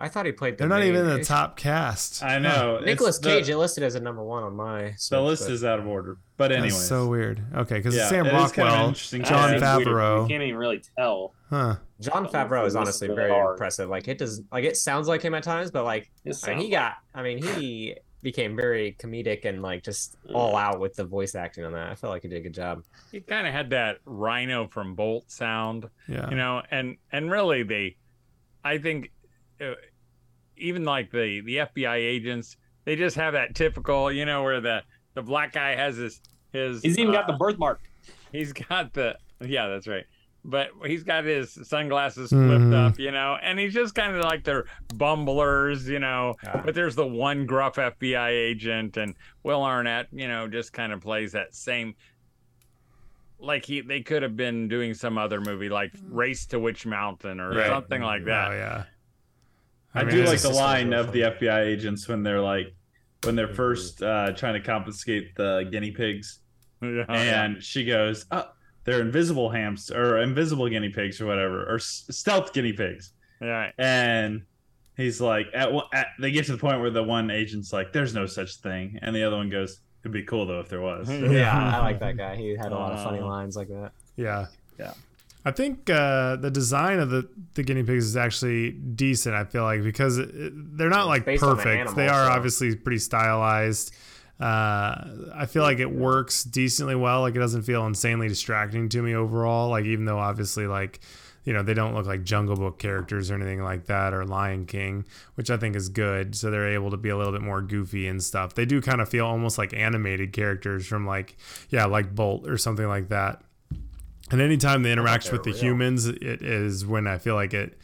Speaker 3: I thought he played. The
Speaker 1: They're not
Speaker 3: main-
Speaker 1: even in the top cast.
Speaker 2: I
Speaker 1: Huh.
Speaker 2: know. it's-
Speaker 3: Nicolas
Speaker 2: the-
Speaker 3: Cage it listed as a number one on my.
Speaker 2: The
Speaker 3: search,
Speaker 2: list
Speaker 3: but-
Speaker 2: is out of order. But
Speaker 1: That's
Speaker 2: anyway,
Speaker 1: so weird. Okay, because
Speaker 2: yeah,
Speaker 1: it's Sam
Speaker 2: it is kind of
Speaker 1: Rockwell,
Speaker 2: interesting
Speaker 1: John
Speaker 2: casting.
Speaker 4: That's weird.
Speaker 1: Favreau.
Speaker 4: You can't even really tell.
Speaker 1: huh?
Speaker 3: John Favreau is honestly
Speaker 4: Listed
Speaker 3: very
Speaker 4: hard.
Speaker 3: impressive. Like it does, like it sounds like him at times, but like
Speaker 4: His
Speaker 3: I mean, he
Speaker 4: sound-
Speaker 3: got. I mean, he became very comedic and like just
Speaker 1: Mm.
Speaker 3: all out with the voice acting on that. I felt like he did a good job.
Speaker 5: He kind of had that rhino from Bolt sound.
Speaker 1: Yeah.
Speaker 5: you know and and really they i think uh, even like the the fbi agents they just have that typical you know where the the black guy has his his
Speaker 4: He's even
Speaker 5: uh,
Speaker 4: got the birthmark.
Speaker 5: he's got the yeah that's right but he's got his sunglasses
Speaker 1: Mhm.
Speaker 4: Mm-hmm.
Speaker 5: flipped up you know and he's just kind of like they're bumblers you know
Speaker 3: Yeah.
Speaker 5: but there's the one gruff fbi agent and will arnett you know just kind of plays that same like he they could have been doing some other movie like race to witch mountain or
Speaker 2: Right.
Speaker 5: something like
Speaker 1: Oh
Speaker 5: that
Speaker 1: yeah.
Speaker 2: I,
Speaker 1: mean,
Speaker 2: do
Speaker 1: it's
Speaker 2: like
Speaker 1: just-
Speaker 2: the
Speaker 3: just
Speaker 2: line
Speaker 3: so
Speaker 2: of the FBI agents when they're like, when they're
Speaker 3: Mhm.
Speaker 2: first uh, trying to confiscate the guinea pigs,
Speaker 5: <laughs> Yeah.
Speaker 1: Oh,
Speaker 2: and she goes, "Oh, they're invisible hams or invisible guinea pigs or whatever, or s- stealth guinea pigs."
Speaker 5: yeah
Speaker 2: And he's like, at, one- at they get to the point where the one agent's like, "There's no such thing," and the other one goes, "It'd be cool though if there was."
Speaker 1: Mm-hmm.
Speaker 5: Yeah.
Speaker 1: Yeah. <laughs>
Speaker 3: I like that guy. He had a lot of funny
Speaker 5: Uh,
Speaker 3: lines like that.
Speaker 1: Yeah.
Speaker 2: Yeah.
Speaker 1: I think uh, the design of the, the guinea pigs is actually decent. I feel like because it, it- they're not
Speaker 3: It's
Speaker 1: like
Speaker 3: based on an
Speaker 1: perfect.
Speaker 3: animal,
Speaker 1: they are
Speaker 3: so-
Speaker 1: obviously pretty stylized. Uh, I feel like it works decently well. Like it doesn't feel insanely distracting to me overall. Like even though obviously like you know they don't look like Jungle Book characters or anything like that or Lion King, which I think is good. So they're able to be a little bit more goofy and stuff. They do kind of feel almost like animated characters from like yeah like Bolt or something like that. And anytime they interact
Speaker 3: they're
Speaker 1: with the
Speaker 3: real.
Speaker 1: humans, it is when I feel like it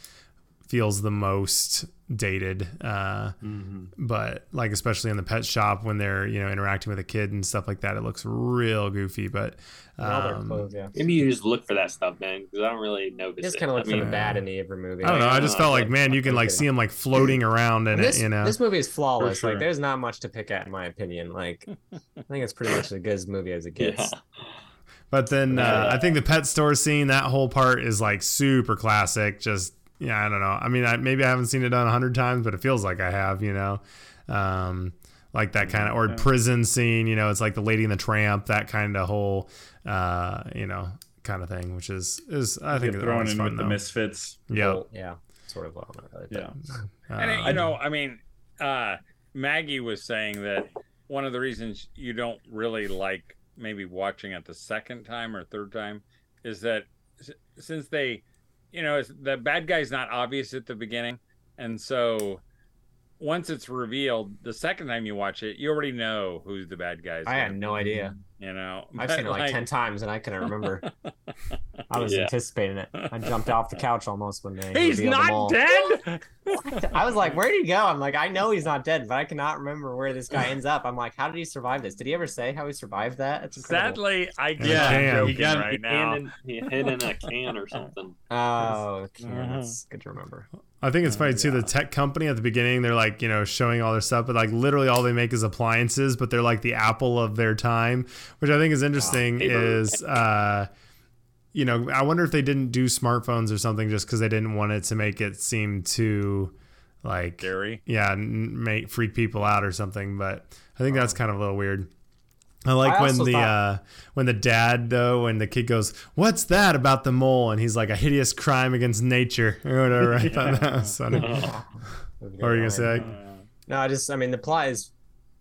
Speaker 1: feels the most dated. Uh,
Speaker 3: Mm-hmm.
Speaker 2: Mhm.
Speaker 1: but like especially in the pet shop when they're you know interacting with a kid and stuff like that, it looks real goofy. But
Speaker 3: And all their
Speaker 1: um,
Speaker 3: clothes, yeah.
Speaker 4: Maybe you just look for that stuff, man, because I don't really notice.
Speaker 3: Just
Speaker 4: it.
Speaker 3: kind of look
Speaker 4: I
Speaker 3: for the
Speaker 1: mean-
Speaker 3: bad in the every movie.
Speaker 1: I don't know. I just
Speaker 4: uh,
Speaker 1: felt like man, you can like see him like floating around in
Speaker 3: And this,
Speaker 1: it. You know,
Speaker 3: this movie is flawless.
Speaker 2: sure.
Speaker 3: Like, there's not much to pick at, in my
Speaker 1: <laughs>
Speaker 3: opinion. Like, I think it's pretty much as good as movie as it
Speaker 4: Yeah.
Speaker 3: gets.
Speaker 1: But then uh,
Speaker 4: Yeah.
Speaker 1: I think the pet store scene, that whole part is like super classic. Just yeah, I don't know. I mean, I, maybe I haven't seen it done a hundred times, but it feels like I have. You know, um, like that kind of or
Speaker 2: Yeah.
Speaker 1: prison scene. You know, it's like the Lady and the Tramp, that kind of whole, uh, you know, kind of thing. Which is is I think
Speaker 2: Get
Speaker 1: that
Speaker 2: thrown
Speaker 1: one's
Speaker 2: in
Speaker 1: fun,
Speaker 2: with the
Speaker 1: though.
Speaker 2: misfits.
Speaker 1: Yeah,
Speaker 3: Well, yeah. Sort of. Well, not really, but-
Speaker 2: Yeah.
Speaker 5: And it-
Speaker 1: Um,
Speaker 5: you know, I mean, uh, Maggie was saying that one of the reasons you don't really like maybe watching it the second time or third time is that s- since they, you know, it's, the bad guy's not obvious at the beginning, and so once it's revealed the second time you watch it, you already know who the bad guy is.
Speaker 3: I had
Speaker 5: gonna
Speaker 3: no idea.
Speaker 5: be, You know,
Speaker 3: I've
Speaker 5: But, <laughs>
Speaker 3: seen it like, 10 times and I couldn't remember. I was
Speaker 4: Yeah.
Speaker 3: anticipating it. I jumped off the couch almost when they.
Speaker 5: He's
Speaker 3: revealed them all.
Speaker 5: not
Speaker 3: <laughs>
Speaker 5: dead.
Speaker 3: I was like, where did he go? I'm like, I know he's not dead, but I cannot remember where this guy ends up. I'm like, how did he survive this? Did he ever say how he survived that? It's incredible.
Speaker 5: Sadly, I can't.
Speaker 1: Yeah,
Speaker 5: Yeah,
Speaker 1: damn.
Speaker 5: joking
Speaker 2: You gotta-
Speaker 5: right
Speaker 4: Hand
Speaker 5: now.
Speaker 4: in, he hid in a can or something.
Speaker 3: Oh, okay.
Speaker 5: Uh-huh.
Speaker 3: That's good to remember.
Speaker 1: I think it's
Speaker 5: Uh,
Speaker 1: funny too. The
Speaker 5: yeah.
Speaker 1: tech company at the beginning, they're like, you know, showing all their stuff, but like literally all they make is appliances, but they're like the apple of their time, which I think is interesting.
Speaker 4: they do.
Speaker 1: is uh, you know, I wonder if they didn't do smartphones or something just because they didn't want it to make it seem too like
Speaker 5: Gary.
Speaker 1: yeah, n- make freak people out or something. But I think that's kind of a little weird. I like
Speaker 3: I
Speaker 1: when
Speaker 3: also
Speaker 1: the
Speaker 3: thought-
Speaker 1: uh, when the dad though, when the kid goes, "What's that about the mole?" and he's like, "A hideous crime against nature" <laughs> or whatever. I thought that was funny. what were you gonna say?
Speaker 3: No, I just, I mean, the plot is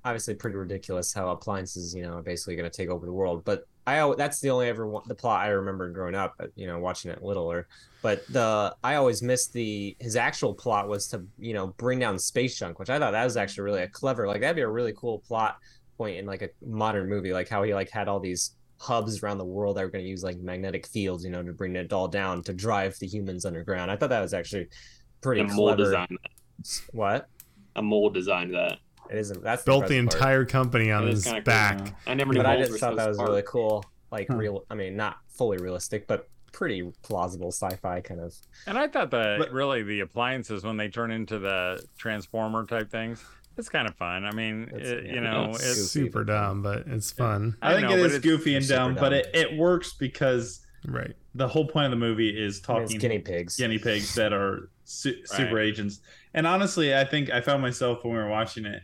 Speaker 3: obviously pretty ridiculous. How appliances, you know, are basically going to take over the world. But I, al- that's the only ever one- the plot I remember growing up. uh, You know, watching it little or, but the I always missed the his actual plot was to you know bring down space junk, which I thought that was actually really a clever like that'd be a really cool plot point in like a modern movie, like how he like had all these hubs around the world that were going to use like magnetic fields, you know, to bring it all down to drive the humans underground. I thought that was actually <laughs> pretty
Speaker 4: a mole
Speaker 3: clever.
Speaker 4: designed that.
Speaker 3: What?
Speaker 4: A mole designed that.
Speaker 3: It isn't. That's
Speaker 1: Built the
Speaker 3: impressive part.
Speaker 1: entire company on
Speaker 4: It is
Speaker 1: his
Speaker 4: kinda cool.
Speaker 1: back.
Speaker 4: I never knew
Speaker 3: But I
Speaker 4: moles
Speaker 3: just
Speaker 4: were
Speaker 3: thought
Speaker 4: so
Speaker 3: that was
Speaker 4: smart.
Speaker 3: really cool. Like
Speaker 1: Hmm.
Speaker 3: real. I mean, not fully realistic, but pretty plausible sci-fi kind of.
Speaker 5: And I thought the
Speaker 1: But-
Speaker 5: really the appliances when they turn into the transformer type things, it's kind of fun. I mean,
Speaker 3: It's-
Speaker 5: it,
Speaker 3: yeah,
Speaker 5: you know,
Speaker 4: it's
Speaker 5: it's,
Speaker 3: goofy,
Speaker 1: Super
Speaker 3: but-
Speaker 1: dumb, but it's fun.
Speaker 5: I
Speaker 2: I think
Speaker 5: know,
Speaker 2: it
Speaker 5: but
Speaker 2: is
Speaker 5: it's-
Speaker 2: goofy and
Speaker 3: super
Speaker 2: dumb, but
Speaker 3: dumb.
Speaker 2: it, it works because
Speaker 1: Right.
Speaker 2: the whole point of the movie is
Speaker 3: I mean, it's
Speaker 2: talking
Speaker 3: guinea pigs.
Speaker 2: guinea pigs that are su- super
Speaker 5: Right.
Speaker 2: agents. And honestly, I think I found myself when we were watching it,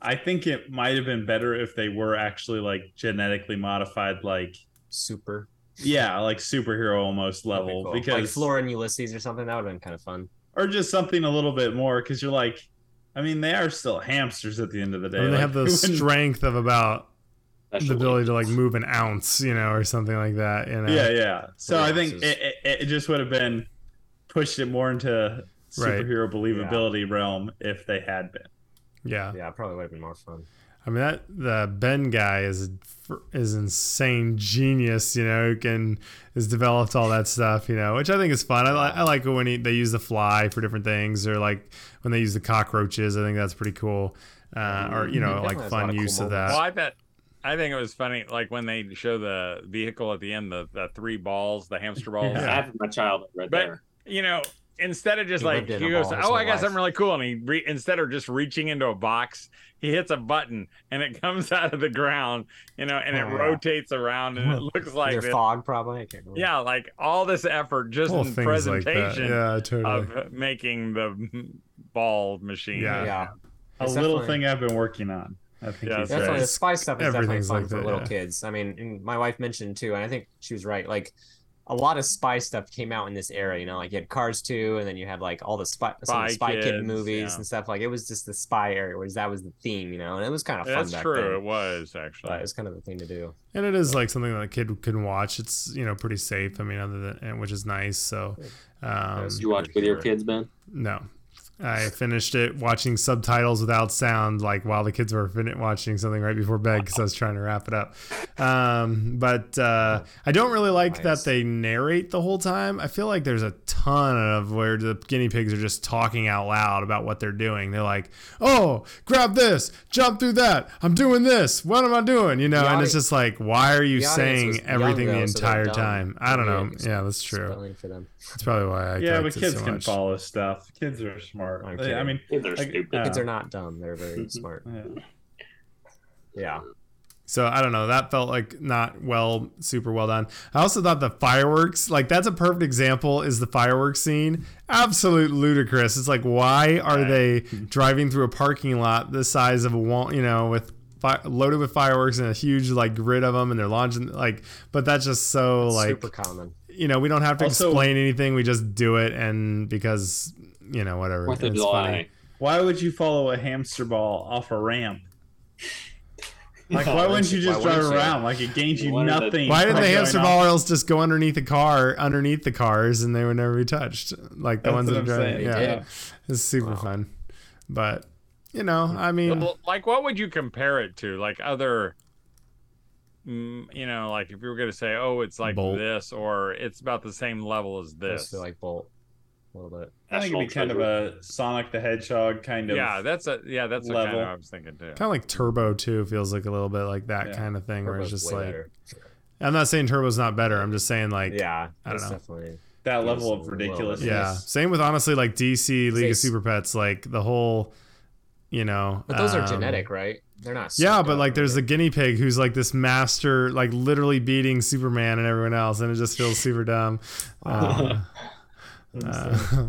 Speaker 2: I think it might have been better if they were actually like genetically modified, like
Speaker 3: Super.
Speaker 2: yeah, like superhero almost
Speaker 3: That'd be
Speaker 2: level
Speaker 3: cool.
Speaker 2: because
Speaker 3: like Flora and Ulysses or something. That would have been kind of fun.
Speaker 2: or just something a little bit more because you're like, I mean, they are still hamsters at the end of the day.
Speaker 1: And they
Speaker 2: Like, <laughs>
Speaker 1: have the
Speaker 2: who wouldn't-
Speaker 1: strength of about the
Speaker 4: Special
Speaker 1: ability to like
Speaker 4: wings.
Speaker 1: move an ounce, you know, or something like that. You know.
Speaker 2: yeah, yeah. So I think
Speaker 3: Ounces.
Speaker 2: it, it, it just would have been pushed it more into
Speaker 1: Right.
Speaker 2: superhero believability realm if they had been.
Speaker 1: Yeah.
Speaker 3: Yeah, probably would have been more fun.
Speaker 1: I mean that the Ben guy is is insane genius. You know, who can has developed all that stuff. You know, which I think is fun. I, li- I like when he, they use the fly for different things, or like when they use the cockroaches. I think that's pretty cool. Uh, or you know,
Speaker 3: Definitely
Speaker 1: like
Speaker 3: has a lot
Speaker 1: fun
Speaker 3: of cool
Speaker 1: use of that.
Speaker 3: moments.
Speaker 5: Well, I bet. I think it was funny, like when they show the vehicle at the end, the, the three balls, the hamster balls.
Speaker 1: Yeah.
Speaker 4: Half of my childhood right
Speaker 5: But-
Speaker 4: there.
Speaker 5: You know, instead of just
Speaker 3: He
Speaker 5: like
Speaker 3: lived in
Speaker 5: he
Speaker 3: a
Speaker 5: goes,
Speaker 3: ball his
Speaker 5: "Oh,
Speaker 3: whole
Speaker 5: I got
Speaker 3: life."
Speaker 5: something really cool," and he re- instead of just reaching into a box, he hits a button and it <laughs> comes out of the ground. You know, and it
Speaker 3: Oh, yeah.
Speaker 5: rotates
Speaker 1: <laughs>
Speaker 5: around and it looks like
Speaker 3: Either
Speaker 5: this.
Speaker 3: fog, probably. I can't remember.
Speaker 5: Yeah, like all this effort just
Speaker 1: Little
Speaker 5: in
Speaker 1: things like that.
Speaker 5: presentation
Speaker 1: Yeah, totally.
Speaker 5: of making the ball machine.
Speaker 1: Yeah.
Speaker 3: yeah.
Speaker 2: A
Speaker 3: It's
Speaker 2: little
Speaker 3: definitely-
Speaker 2: thing I've been working on. I think he's
Speaker 5: Yeah, that's
Speaker 3: Definitely,
Speaker 2: right.
Speaker 3: the spy stuff is definitely
Speaker 1: Everything's
Speaker 3: fun
Speaker 1: like
Speaker 3: for
Speaker 1: that,
Speaker 3: little
Speaker 1: yeah.
Speaker 3: kids. I mean, and my wife mentioned too, and I think she was right. Like, a lot of spy stuff came out in this era. You know, like you had Cars two, and then you had like all the spy, some of the
Speaker 5: Spy
Speaker 3: spy
Speaker 5: Kids,
Speaker 3: kid movies
Speaker 5: yeah.
Speaker 3: and stuff. Like it was just the spy area, whereas that was the theme. You know, and it was kind of
Speaker 5: Yeah,
Speaker 3: fun.
Speaker 5: that's
Speaker 3: back
Speaker 5: true. It
Speaker 3: Then.
Speaker 5: was actually.
Speaker 3: But it was kind of the thing to do.
Speaker 1: And it is like something that a kid can watch. It's you know pretty safe. I mean, other than and which is nice. So, um,
Speaker 4: Did you watch with your
Speaker 5: Sure.
Speaker 4: kids, Ben?
Speaker 1: no, I finished it watching subtitles without sound, like while the kids were fin- watching something right before bed because I was trying to wrap it up. Um, but uh, I don't really like that
Speaker 3: Nice.
Speaker 1: they narrate the whole time. I feel like there's a ton of where the guinea pigs are just talking out loud about what they're doing. They're like, "Oh, grab this, jump through that. I'm doing this. What am I doing?" You know,
Speaker 3: The
Speaker 1: and
Speaker 3: audi-
Speaker 1: it's just like, why are you
Speaker 3: the audience was
Speaker 1: saying
Speaker 3: young,
Speaker 1: everything the
Speaker 3: though, so they're
Speaker 1: entire
Speaker 3: dumb.
Speaker 1: time? I don't know.
Speaker 3: Yeah, it's-
Speaker 1: Yeah, that's true.
Speaker 3: Spelling for them.
Speaker 1: That's probably why I
Speaker 2: Yeah, but
Speaker 1: liked it
Speaker 2: kids
Speaker 1: so
Speaker 2: can
Speaker 1: much.
Speaker 2: follow stuff. Kids are smart.
Speaker 3: I'm
Speaker 2: They- I
Speaker 3: kidding.
Speaker 2: mean,
Speaker 4: Kids are
Speaker 2: like,
Speaker 4: stupid.
Speaker 2: uh,
Speaker 3: Kids are not dumb. They're
Speaker 1: <laughs>
Speaker 3: very
Speaker 4: Mhm.
Speaker 3: smart.
Speaker 2: yeah.
Speaker 3: Yeah.
Speaker 1: So I don't know. That felt like not well, super well done. I also thought the fireworks, like that's a perfect example, is the fireworks scene. Absolute ludicrous. It's like, why are they driving through a parking lot the size of a wall, you know, with fi- loaded with fireworks and a huge like grid of them, and they're launching like. But that's just so like,
Speaker 3: Super common.
Speaker 1: you know, we don't have to
Speaker 2: Also-
Speaker 1: explain anything. We just do it, and because you know, whatever.
Speaker 4: Fourth of
Speaker 1: It's funny.
Speaker 4: July.
Speaker 2: Why would you follow a hamster ball off
Speaker 1: <laughs>
Speaker 2: a ramp? Like, why wouldn't you just
Speaker 3: Why
Speaker 2: drive
Speaker 3: wouldn't you?
Speaker 2: around? Like, it gains you
Speaker 4: What are the-
Speaker 2: nothing.
Speaker 1: Why didn't
Speaker 2: by
Speaker 1: the
Speaker 2: going
Speaker 1: hamster
Speaker 2: off-
Speaker 1: ball else just go underneath the car, underneath the cars, and they would never be touched? Like the
Speaker 2: That's
Speaker 1: ones
Speaker 2: what
Speaker 1: that are
Speaker 2: I'm
Speaker 1: driving.
Speaker 2: saying.
Speaker 1: Yeah,
Speaker 3: did.
Speaker 1: it's super
Speaker 3: Wow.
Speaker 1: fun. But you know, I mean,
Speaker 5: Well, Like, what would you compare it to? Like other, mm, you know, like if you were going to say, "Oh, it's like
Speaker 1: Bolt.
Speaker 5: this," or "It's about the same level as
Speaker 3: I
Speaker 5: this."
Speaker 3: just feel like Bolt a little bit.
Speaker 2: I think it'd be kind of a Sonic the Hedgehog kind of.
Speaker 5: yeah, that's a yeah, that's the kind
Speaker 2: Level.
Speaker 5: of I was thinking too.
Speaker 1: kind of like Turbo too feels like a little bit like that
Speaker 2: Yeah.
Speaker 1: kind of thing, where it's
Speaker 3: Turbo's
Speaker 1: just
Speaker 3: way
Speaker 1: like
Speaker 3: better.
Speaker 1: I'm not saying Turbo's not better. I'm just saying like yeah.
Speaker 3: yeah,
Speaker 1: I don't
Speaker 3: it's
Speaker 1: know.
Speaker 3: definitely
Speaker 2: that
Speaker 3: It
Speaker 2: level
Speaker 3: was
Speaker 2: of
Speaker 3: a little
Speaker 2: ridiculousness.
Speaker 3: bit.
Speaker 1: Same with honestly like DC League of
Speaker 3: Say-
Speaker 1: Super Pets, like the whole, you know.
Speaker 3: But those are
Speaker 1: um,
Speaker 3: genetic, right? They're not.
Speaker 1: Yeah,
Speaker 3: souped
Speaker 1: but
Speaker 3: up
Speaker 1: like
Speaker 3: or
Speaker 1: there's the
Speaker 3: whatever.
Speaker 1: guinea pig who's like this master, like literally beating Superman and everyone else, and it just feels super
Speaker 3: <laughs>
Speaker 1: dumb. Uh, uh, <laughs>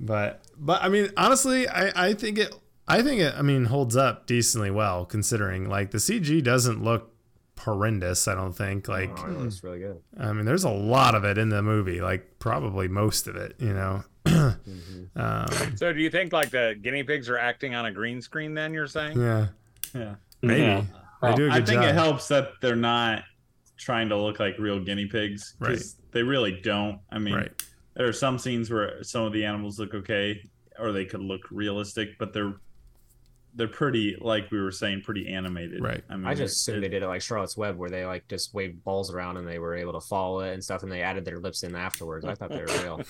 Speaker 1: but but I mean, honestly, I I think it I think it I mean holds up decently well considering like the CG doesn't look horrendous. I don't think like
Speaker 3: Oh, it looks really good.
Speaker 1: I mean there's a lot of it in the movie, like probably most of it, you know.
Speaker 3: Mhm.
Speaker 1: um,
Speaker 5: So, do you think like the guinea pigs are acting on a green screen? Then you're saying?
Speaker 1: yeah,
Speaker 2: Yeah.
Speaker 1: maybe
Speaker 4: Yeah.
Speaker 1: they do a good
Speaker 2: I think
Speaker 1: job.
Speaker 2: it helps that they're not trying to look like real guinea pigs. 'cause They really don't. I mean,
Speaker 1: right.
Speaker 2: there are some scenes where some of the animals look okay or they could look realistic, but they're they're pretty like we were saying pretty animated.
Speaker 1: Right.
Speaker 2: I mean,
Speaker 3: I just
Speaker 2: it-
Speaker 3: assumed they did it like Charlotte's Web, where they like just waved balls around and they were able to follow it and stuff, and they added their lips in afterwards. I thought they were <laughs> real.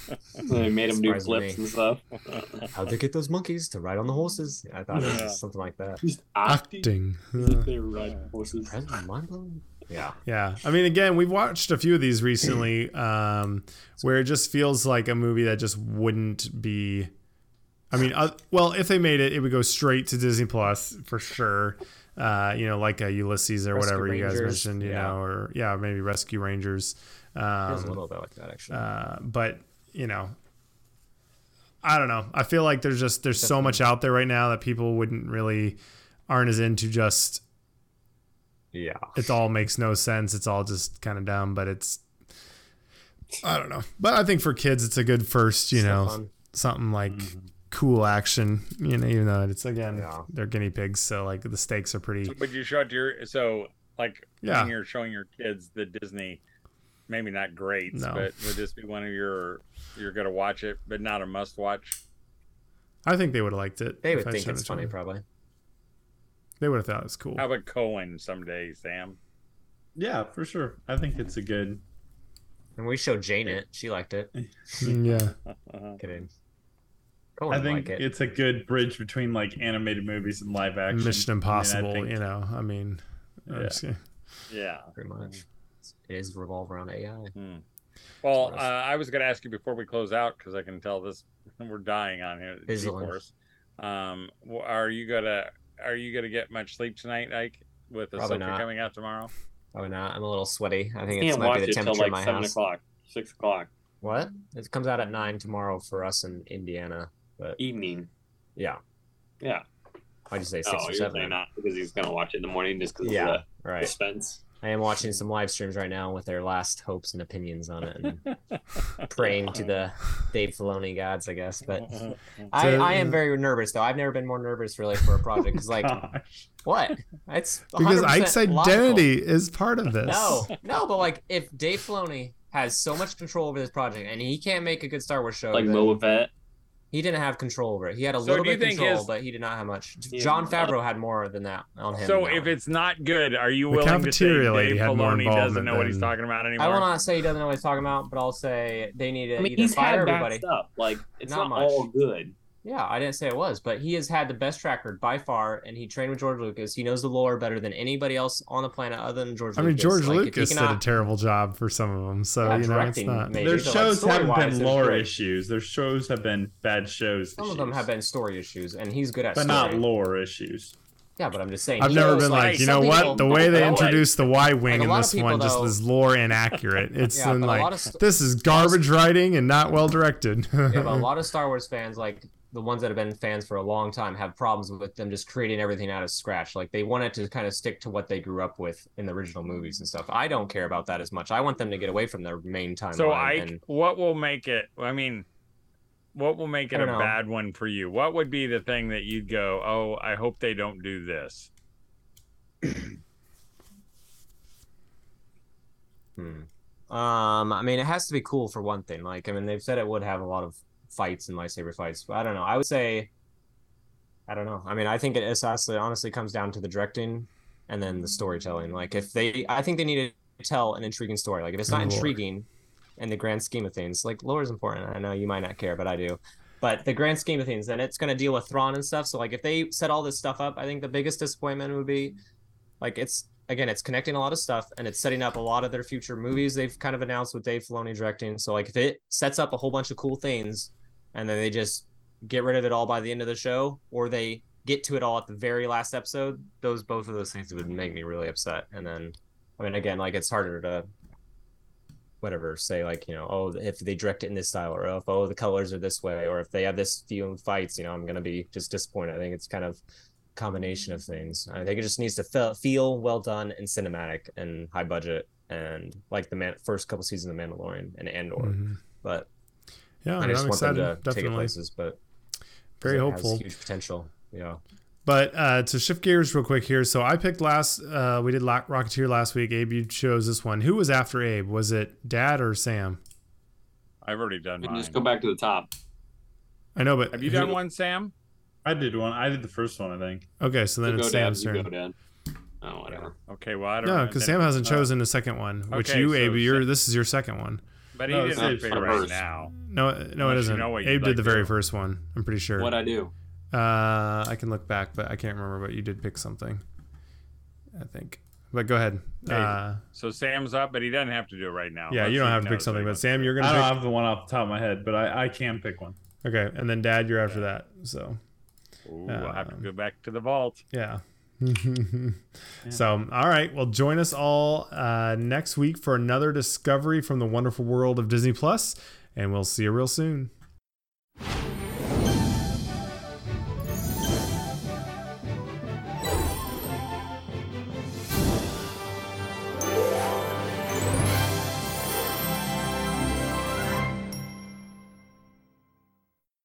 Speaker 4: They made him do
Speaker 3: Surprises
Speaker 4: flips
Speaker 3: me.
Speaker 4: and stuff.
Speaker 3: <laughs> How'd they get those monkeys to ride on the horses? I thought it was
Speaker 4: Yeah.
Speaker 3: just something like that.
Speaker 4: Just acting.
Speaker 1: Acting.
Speaker 4: Like They ride horses.
Speaker 3: President mind blown? Yeah.
Speaker 1: Yeah, I mean, again, we've watched a few of these recently, <clears throat> um, where it just feels like a movie that just wouldn't be. I mean, uh, well, if they made it, it would go straight to Disney Plus for sure. Uh, you know, like uh, Ulysses or
Speaker 3: Rescue
Speaker 1: whatever you guys
Speaker 3: Rangers,
Speaker 1: mentioned, you
Speaker 3: yeah.
Speaker 1: know, or yeah, maybe Rescue Rangers.
Speaker 3: It was a
Speaker 1: Um,
Speaker 3: little bit like that actually.
Speaker 1: uh, but you know, I don't know. I feel like there's just there's so much out there right now that people wouldn't really aren't as into just
Speaker 3: yeah.
Speaker 1: it all makes no sense. It's all just kind of dumb, but it's I don't know. But I think for kids, it's a good first, you
Speaker 3: Still
Speaker 1: know,
Speaker 3: fun. Mm-hmm.
Speaker 1: something like
Speaker 2: mm-hmm.
Speaker 1: cool action. You know, even though it's again
Speaker 3: Yeah.
Speaker 1: they're guinea pigs, so like the stakes are pretty.
Speaker 5: But you show it to your so like
Speaker 1: Yeah,
Speaker 5: when you're showing your kids the Disney, maybe not great,
Speaker 1: No.
Speaker 5: but would this be one of your you're gonna watch it, but not a must watch?
Speaker 1: I think they would have liked it.
Speaker 3: They
Speaker 1: if
Speaker 3: would
Speaker 1: I
Speaker 3: think
Speaker 1: showed
Speaker 3: it's
Speaker 1: it to them.
Speaker 3: funny, probably.
Speaker 1: They would have thought it was cool.
Speaker 5: How about Cohen someday, Sam?
Speaker 2: Yeah, for sure. I think it's a good.
Speaker 3: And we showed Jane it. She liked it.
Speaker 1: Mm, yeah,
Speaker 5: Uh,
Speaker 3: Kidding. Go
Speaker 2: I
Speaker 3: on,
Speaker 2: think
Speaker 3: like it.
Speaker 2: it's a good bridge between like animated movies and live action.
Speaker 1: Mission Impossible.
Speaker 2: I mean, I
Speaker 1: you
Speaker 2: think-
Speaker 1: know, I mean, I'm
Speaker 2: Yeah.
Speaker 1: just kidding.
Speaker 5: yeah.
Speaker 3: pretty much. It is revolve around AI.
Speaker 5: Hmm. Well, uh,
Speaker 3: Gross.
Speaker 5: I was going to ask you before we close out because I can tell this <laughs> we're dying on here.
Speaker 3: Is it on?
Speaker 5: G-force. Um, wh- are you gonna are you gonna get much sleep tonight, Ike? With the
Speaker 3: Probably
Speaker 5: Ahsoka
Speaker 3: not.
Speaker 5: coming out tomorrow,
Speaker 3: Probably not. I'm a little sweaty. I think it
Speaker 4: Can't
Speaker 3: might
Speaker 4: watch
Speaker 3: be the
Speaker 4: it till
Speaker 3: temperature in
Speaker 4: like
Speaker 3: my
Speaker 4: seven
Speaker 3: house.
Speaker 4: o'clock, six o'clock
Speaker 3: What? It comes out at nine tomorrow for us in Indiana. But
Speaker 4: evening.
Speaker 3: yeah.
Speaker 4: Yeah.
Speaker 3: Why'd you say
Speaker 4: No,
Speaker 3: six or
Speaker 4: you're saying
Speaker 3: seven?
Speaker 4: not because he's gonna watch it in the morning just because
Speaker 3: Yeah.
Speaker 4: of the
Speaker 3: Right.
Speaker 4: suspense.
Speaker 3: I am watching some live streams right now with their last hopes and opinions on it and
Speaker 4: <laughs>
Speaker 3: praying to the Dave Filoni gods, I guess.
Speaker 4: <laughs>
Speaker 3: But I, I am very nervous though. I've never been more nervous really for a project because
Speaker 4: <laughs>
Speaker 3: like
Speaker 2: Gosh.
Speaker 3: what? It's
Speaker 1: because
Speaker 3: 100%
Speaker 1: Ike's
Speaker 3: logical.
Speaker 1: identity is part of this.
Speaker 3: No, no, but like if Dave Filoni has so much control over this project and he can't make a good Star Wars show,
Speaker 4: Like
Speaker 3: then
Speaker 4: Boba Fett.
Speaker 3: he didn't have control over it. He had a
Speaker 5: So
Speaker 3: little
Speaker 5: do you
Speaker 3: bit of
Speaker 5: think
Speaker 3: control,
Speaker 5: his-
Speaker 3: but he did not have much.
Speaker 4: Yeah.
Speaker 3: John Favreau had more than that on him.
Speaker 5: so
Speaker 3: than that
Speaker 5: if
Speaker 3: one.
Speaker 5: it's not good, are you
Speaker 1: The
Speaker 5: willing to say
Speaker 1: cafeteria lady
Speaker 5: Dave
Speaker 1: had more
Speaker 5: Filoni doesn't
Speaker 1: involvement
Speaker 5: know what he's
Speaker 1: than-
Speaker 5: talking about
Speaker 3: I will
Speaker 5: anymore?
Speaker 3: not say he doesn't know what he's talking about, but I'll say they need to
Speaker 4: I mean,
Speaker 3: either
Speaker 4: he's had
Speaker 3: fire
Speaker 4: bad
Speaker 3: everybody.
Speaker 4: stuff. Like it's
Speaker 3: Not
Speaker 4: not,
Speaker 3: much.
Speaker 4: all good.
Speaker 3: Yeah, I didn't say it was, but he has had the best track record by far, and he trained with George Lucas. He knows the lore better than anybody else on the planet other than George
Speaker 1: I
Speaker 3: Lucas.
Speaker 1: mean, George
Speaker 3: Like, if he
Speaker 1: Lucas did a
Speaker 3: cannot-
Speaker 1: terrible job for some of them, so
Speaker 3: Yeah,
Speaker 1: you know it's
Speaker 3: directing,
Speaker 1: not.
Speaker 2: <laughs>
Speaker 3: maybe.
Speaker 2: Their
Speaker 3: so, like,
Speaker 2: shows haven't
Speaker 3: story-wise,
Speaker 2: been
Speaker 3: there's
Speaker 2: lore
Speaker 3: great.
Speaker 2: issues. Their shows have been bad shows.
Speaker 3: Some of them
Speaker 2: issues.
Speaker 3: have been story issues, and he's good at
Speaker 2: but not
Speaker 3: story.
Speaker 2: lore issues.
Speaker 3: Yeah, but I'm just saying.
Speaker 1: I've
Speaker 3: he
Speaker 1: never
Speaker 3: knows,
Speaker 1: been like,
Speaker 5: like,
Speaker 1: you know
Speaker 3: some
Speaker 1: what?
Speaker 3: people
Speaker 1: The
Speaker 3: don't
Speaker 1: way they
Speaker 3: know it.
Speaker 1: introduced the Y wing
Speaker 3: Like, a
Speaker 1: in
Speaker 3: lot of
Speaker 1: this
Speaker 3: people,
Speaker 1: one just
Speaker 3: though-
Speaker 1: is lore inaccurate.
Speaker 3: <laughs>
Speaker 1: It's
Speaker 3: Yeah,
Speaker 1: in
Speaker 3: but a lot
Speaker 1: like
Speaker 3: of st-
Speaker 1: this is garbage writing and not well directed.
Speaker 3: <laughs> yeah,
Speaker 1: <laughs>
Speaker 3: but a lot of Star Wars fans, like the ones that have been fans for a long time, have problems with them just creating everything out of scratch. Like they wanted to kind of stick to what they grew up with in the original movies and stuff. I don't care about that as much. I want them to get away from their main timeline.
Speaker 5: So Ike,
Speaker 3: and
Speaker 5: what will make it? I mean, what will make
Speaker 3: I
Speaker 5: it a
Speaker 3: don't know.
Speaker 5: bad one for you? What would be the thing that you'd go, "Oh, I hope they don't do this"?
Speaker 3: Hmm. Um, I mean, it has to be cool for one thing. Like, I mean, they've said it would have a lot of fights and lightsaber fights, but I don't know. I would say, I don't know. I mean, I think it honestly, honestly comes down to the directing and then the storytelling. Like, if they, I think they need to tell an intriguing story. Like, if it's not
Speaker 1: Lore.
Speaker 3: intriguing in the grand scheme of things, like, lore is important. I know you might not care, but I do. But the grand scheme of things, then it's going to deal with Thrawn and stuff. So, like, if they set all this stuff up, I think the biggest disappointment would be like it's again it's connecting a lot of stuff and it's setting up a lot of their future movies they've kind of announced with dave filoni directing so like if it sets up a whole bunch of cool things and then they just get rid of it all by the end of the show or they get to it all at the very last episode those both of those things would make me really upset and then i mean again like it's harder to whatever say like you know oh if they direct it in this style or if oh the colors are this way or if they have this few fights you know i'm gonna be just disappointed i think it's kind of combination of things i think it just needs to feel, feel well done and cinematic and high budget and like the man first couple seasons of mandalorian and andor
Speaker 1: Mhm.
Speaker 3: but
Speaker 1: yeah,
Speaker 3: i
Speaker 1: Oh, I'm
Speaker 3: just want
Speaker 1: excited.
Speaker 3: them to take it
Speaker 1: Definitely
Speaker 3: places but
Speaker 1: very
Speaker 3: it has
Speaker 1: hopeful.
Speaker 3: huge potential yeah
Speaker 1: But uh, to shift gears real quick here, so I picked last. Uh, we did La- Rocketeer last week. Abe, you chose this one. Who was after Abe? Was it Dad or Sam?
Speaker 5: I've already done
Speaker 4: And
Speaker 5: mine.
Speaker 4: just go back to the top.
Speaker 1: I know, but
Speaker 5: Have you
Speaker 1: who-
Speaker 5: done one, Sam?
Speaker 2: I did one. I did the first one, I think.
Speaker 1: Okay, so then
Speaker 4: You
Speaker 1: it's
Speaker 4: go, Dad.
Speaker 1: Sam's
Speaker 4: You
Speaker 1: turn.
Speaker 4: go, Dad. Oh, whatever.
Speaker 5: Okay, well, I don't
Speaker 1: No,
Speaker 5: know.
Speaker 1: because Sam
Speaker 5: Then-
Speaker 1: hasn't
Speaker 5: uh,
Speaker 1: chosen a second one, which
Speaker 5: okay,
Speaker 1: you,
Speaker 5: so
Speaker 1: Abe, you're,
Speaker 5: Sam-
Speaker 1: this is your second one.
Speaker 5: But he
Speaker 2: No,
Speaker 5: didn't
Speaker 2: it's
Speaker 5: pick
Speaker 4: not
Speaker 5: right
Speaker 4: first.
Speaker 5: now.
Speaker 1: No, uh, no,
Speaker 5: Unless
Speaker 1: it
Speaker 5: you
Speaker 1: isn't.
Speaker 5: know what you'd
Speaker 1: Abe did
Speaker 5: like
Speaker 1: the very
Speaker 5: to.
Speaker 1: first one. I'm pretty sure.
Speaker 4: What I do?
Speaker 1: Uh, I can look back, but I can't remember. But you did pick something, I think. But go ahead.
Speaker 5: Hey,
Speaker 1: uh,
Speaker 5: So Sam's up, but he doesn't have to do it right now.
Speaker 1: yeah,
Speaker 5: Let's
Speaker 1: you don't
Speaker 5: see
Speaker 1: have
Speaker 5: if
Speaker 1: to
Speaker 5: he
Speaker 1: pick
Speaker 5: knows
Speaker 1: something,
Speaker 5: what he
Speaker 1: but
Speaker 5: wants.
Speaker 1: Sam, you're
Speaker 2: I don't
Speaker 1: gonna
Speaker 2: have the one off the top of my head, but I, I can pick one.
Speaker 1: pick. Okay, and then Dad, you're after that. So
Speaker 5: Ooh, we'll have to
Speaker 1: um,
Speaker 5: go back to the vault.
Speaker 1: yeah. <laughs> So, all right. Well, join us all uh, next week for another discovery from the wonderful world of Disney Plus, and we'll see you real soon.